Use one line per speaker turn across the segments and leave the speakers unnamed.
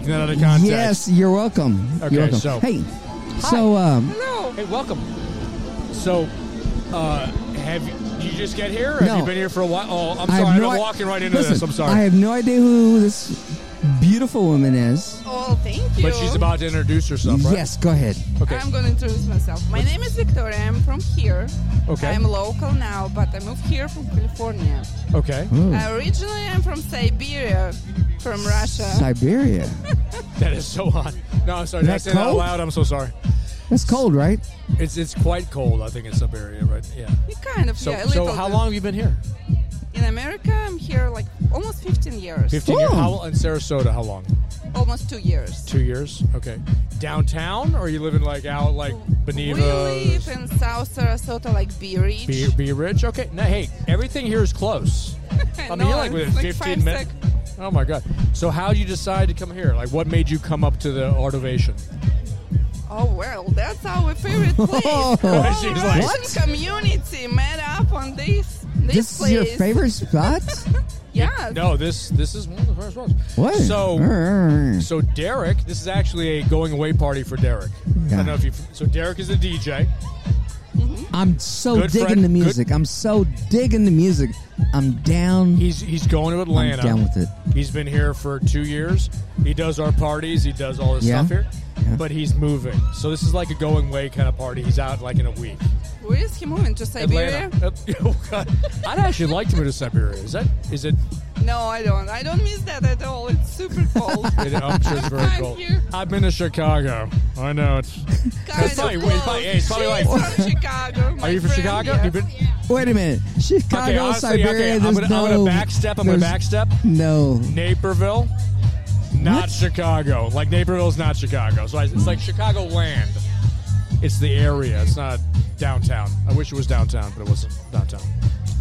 taking that out of context.
Yes, you're welcome.
Okay,
you're welcome.
so-
hey, so um,
Hey, welcome. So, uh, have you, did you just get here? Or
No.
Have you been here for a while? Oh, I'm
I
sorry.
have
I'm
no i-
walking right into
Listen,
this. I'm sorry.
I have no idea who this beautiful woman is.
Oh, thank you.
but she's about to introduce herself, right?
Yes, go ahead.
Okay.
I'm going to introduce myself. My name is Victoria. I'm from here.
Okay.
I'm local now, but I moved here from California.
okay.
Uh, originally, I'm from Siberia, from Russia.
Siberia.
That is so hot. No, I'm sorry. Did I
Is that
say that out
cold?
loud? I'm so sorry.
That's cold, right?
It's it's quite cold. I think in Siberia, right? Yeah.
You kind of,
So
yeah, a little
so how
bit.
long have you been here?
In America, I'm here like almost 15 years.
Fifteen years.
Oh.
How in Sarasota? How long?
Almost two years.
Two years. Okay. Downtown, or are you living like out like Beneva?
We live in South Sarasota, like Bee Ridge.
Be, be rich. Okay. Now, hey, everything here is close. I mean,
No,
you're like
it's
within
like
15
five
minutes. Oh my god! So, how do you decide to come here? Like, what made you come up to the Art Ovation?
Oh well, that's our favorite place.
Oh.
All
She's
Russian
like-
What?
community met up on this this,
This is
place.
your favorite spot?
Yeah.
No, this this is one of the first ones.
What?
So,
Err.
so Derek, this is actually a going away party for Derek. I
Yeah.
don't know if you. So Derek is a DJ.
I'm so
Good
digging
friend-
the music. I'm so digging the music. I'm down.
He's he's going to Atlanta.
down with it.
He's been here for two years. He does our parties. He does all this
Yeah.
stuff here.
Yeah.
But he's moving, so this is like a going away kind of party. He's out like in a week.
Where is he moving to Siberia?
Atlanta. Oh, God. I'd actually like to move to Siberia. Is that? Is it?
No, I don't. I don't miss that at all. It's super cold.
it I'm sure it's very
I'm
cold.
here.
I've been to Chicago. I know it's.
kind
It's probably-
of
it's
cold.
probably- it's probably
She's
like-
from Chicago. my
Are you from
friend,
Chicago?
yes.
You've been.
Wait a minute. Chicago,
Okay, honestly,
Siberia.
okay. I'm
there's
gonna,
no,
I'm gonna backstep. I'm gonna
there's
backstep.
No.
Naperville, not
What?
Chicago. Like Naperville's not Chicago. So I, it's like Chicago land. It's the area. It's not downtown. I wish it was downtown, but it wasn't downtown.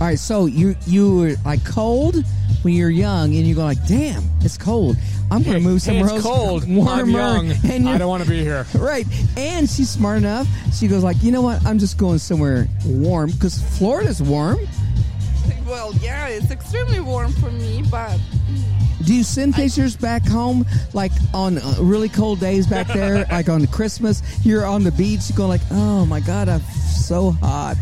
All right, so you you were like cold when you're young, and you go like, "Damn, it's cold. I'm going to move
Hey,
somewhere
it's
else
cold.
warmer."
I'm young.
And
I
you're,
don't want to be here.
right, and she's smart enough. She goes like, "You know what? I'm just going somewhere warm because Florida's warm."
Well, yeah, it's extremely warm for me, but
Do you send pictures back home, like on uh, really cold days back there, like on Christmas? You're on the beach, you're going like, "Oh my God, I'm so hot."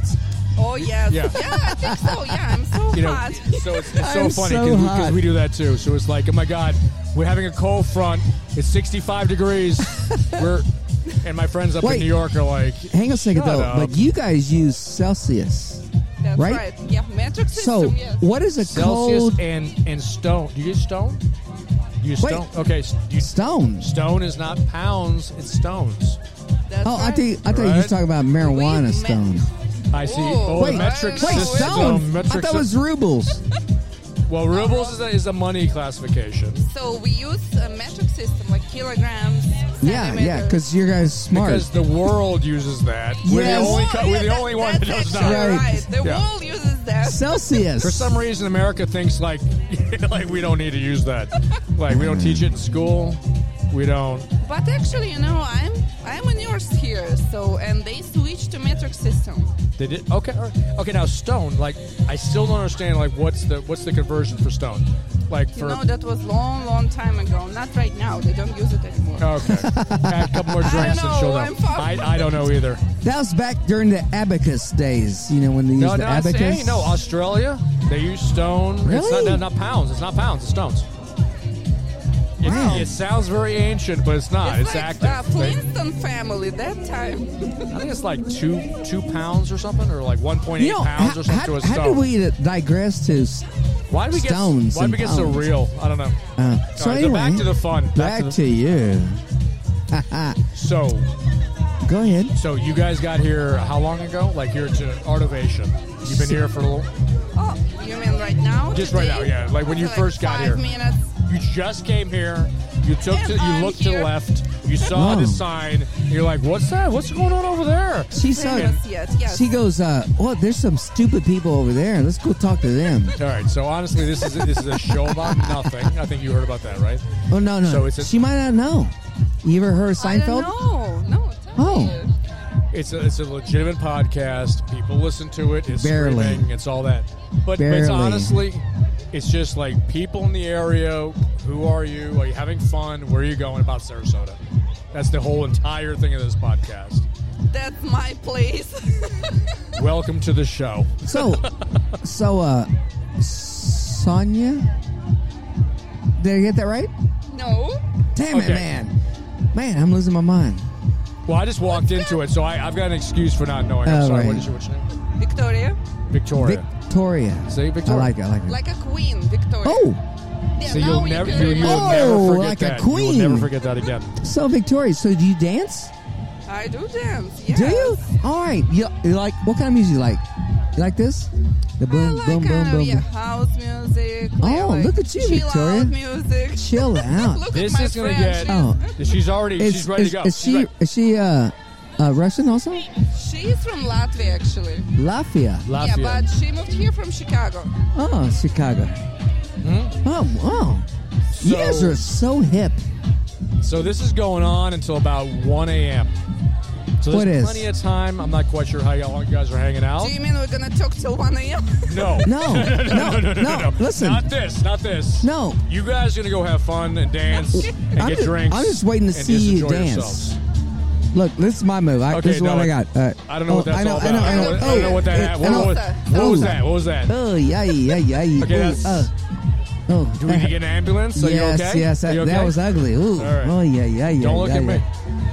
oh yes,
Yeah.
yeah, I think so. Yeah, I'm so
you know,
hot.
so it's, it's so
I'm
funny
so
because
hot.
we, do that too. So it's like, oh my god, we're having a cold front. It's 65 degrees. we're and my friends up in
Wait.
New York are like,
Hang on a second
Shut
though,
up.
but you guys use Celsius,
That's
right?
right. Yeah, metric system.
So
yes.
what is a
Celsius
cold
and and stone. Do you get stone? You get
Wait.
stone? Okay, s- you,
stone?
stone is not pounds. It's stones.
That's
Oh, I
right.
think I thought you
Right.
were talking about marijuana
Wait,
stone.
man.
I see.
Whoa.
Oh,
Wait,
the metric
wait,
Wait,
system.
stone? I
um, Metric
thought it was
system.
rubles.
well, rubles is a, is a money classification.
So we use a metric system like kilograms.
yeah, yeah,
centimeters.
because you guys smart.
Because the world uses that. We're the
Yes.
only, co- we're the
Yeah,
only
that-
one that
that's
does not.
actually
Right.
Right. The
Yeah.
world uses that.
Celsius.
For some reason, America thinks like like we don't need to use that. Like we don't teach it in school. We don't.
But actually, you know, I'm I'm a nurse here, so and they switched to metric system.
They did. Okay. all right. Okay. Now stone. Like I still don't understand. Like what's the what's the conversion for stone? Like
You
for
know, that was long, long time ago. Not right now. They don't use it anymore.
okay. Add a couple more drinks and
know,
she'll know.
I'm fine.
I, I don't know either.
that was back during the abacus days. You know when they used
No,
the
no, it's-
abacus.
hey, no, Australia. They use stone. It's not,
Really?
not, not pounds. It's not pounds. It's stones. It,
Wow.
it sounds very ancient, but it's not. It's,
like
active.
Uh,
They-
Flintstone family that time.
I think it's like two two pounds or something, or like one point eight
You know
pounds
how,
or something
how,
to a
how
stone.
did we digress to? s- uh,
why did we get
stones
Why did
and
we get so
pounds?
real? I don't know.
Uh, so
All right,
anyway,
so back to the fun. Back,
back
to, the,
to you.
so
Go ahead.
so you guys got here how long ago? Like here to Artovation. You've been here for a little.
Oh, you mean right now?
Just right
today?
now, yeah, like when you first got here.
Five minutes.
You just came here. You took
And
to, you
I'm
looked to the
here.
left. You saw
Wow.
the sign. and You're like, what's that? What's going on over there?
She saw.
Famous yet? Yes.
She goes. Uh, well, there's some stupid people over there. Let's go talk to them.
All right. So honestly, this is this is a show about nothing. I think you heard about that, right?
Oh no, no.
So it's a-
she might not know. You ever heard of
I
Seinfeld?
don't know. No. Tell
Oh.
me.
It's a, it's a legitimate podcast. People listen to it. It's
Barely.
streaming. It's all that. But, but it's
Barely.
honestly, It's just like people in the area. Who are you? Are you having fun? Where are you going? About Sarasota. That's the whole entire thing of this podcast.
That's my place.
Welcome to the show.
So, so uh, Sonia, did I get that right?
no.
Damn it,
Okay. Oh,
man! Man, I'm losing my mind.
Well, I just walked into it, so I, I've got an excuse for not knowing. I'm
Oh,
sorry.
right.
What is your, what's your name?
Victoria.
Victoria.
Victoria.
Say Victoria.
I like it. I like it.
Like a queen, Victoria.
oh,
yeah,
so
now
you'll
you
never,
can
you, you will
remember.
Oh,
never forget
like a
that.
queen.
You will never forget that again.
so Victoria. So do you dance?
I do dance. Yes.
Do you? All right. You, you like what kind of music? You like you like this? The
I
boom,
like
boom,
uh,
boom, boom.
Yeah, house music.
Oh,
I like
look at you,
chill
Victoria.
Out music.
Chill out.
look
This
at my
is gonna
friend.
get-
She's,
Oh,
She's already.
Is,
she's ready
is,
to go.
is
She's
she
ready.
is she uh, uh, Russian also?
she's from Latvia, actually.
Latvia.
Latvia.
Yeah, but she moved here from Chicago.
Oh, Chicago. Oh, wow. you guys
Hmm? So-
are so hip.
So this is going on until about 1 a.m. So there's
What is?
plenty of time. I'm not quite sure how long you guys are hanging out.
Do you mean we're gonna talk till 1 a.m.?
No.
No, no, no, Listen,
Not this. Not this.
no.
You guys are gonna go have fun and dance and
I'm
get
ju-
drinks.
I'm just waiting to
and
see
just
you
enjoy
dance.
Yourselves.
Look, this is my move. I,
Okay,
this is
no,
what I,
I-
got. All right.
I don't know
Oh,
what that's
I know,
all
I
about.
know, I know.
what-
oh,
know what that.
it-
what,
oh,
what, what
oh.
was that? What was that?
Oh, yeah, yeah, yeah. yeah.
Okay,
Ooh,
that's-
uh, oh.
Do we need to get an ambulance? Are
yes,
you okay?
yes.
Are
That,
you
that
okay?
was ugly. Ooh.
All right.
Oh, yeah, yeah, yeah.
Don't look
yeah,
at me.
yeah.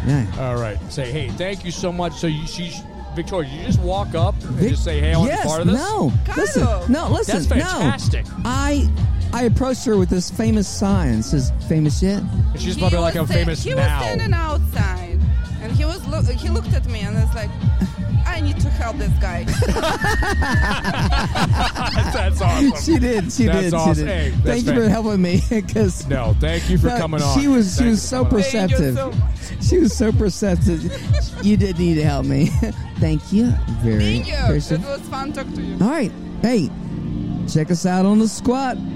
Yeah.
All right. Say hey, thank you so much. So you, she, Victoria, you just walk up and
Vic-
just say hey, I want to
yes,
be part of this.
No,
Kyle.
listen, no, listen,
That's fantastic.
no. I I approached her with this famous sign. It says famous yet?
And she's
He
probably like,
was
I'm
sta-
famous
he
now.
was standing outside, and he was look. He looked at me and was like, "I need to help this guy."
That's awesome.
She did. She
That's
did.
awesome.
She did.
Hey, that's
Thank you for
fantastic.
helping me because.
No, thank you for
no,
coming on.
She was she
Thank
was
you for coming
so
on.
Thank you
perceptive.
so much.
She was so perceptive. You did need to help me. Thank you. Very
Thank you. It
appreciative.
was fun talk to you.
All right. Hey, check us out on the squad.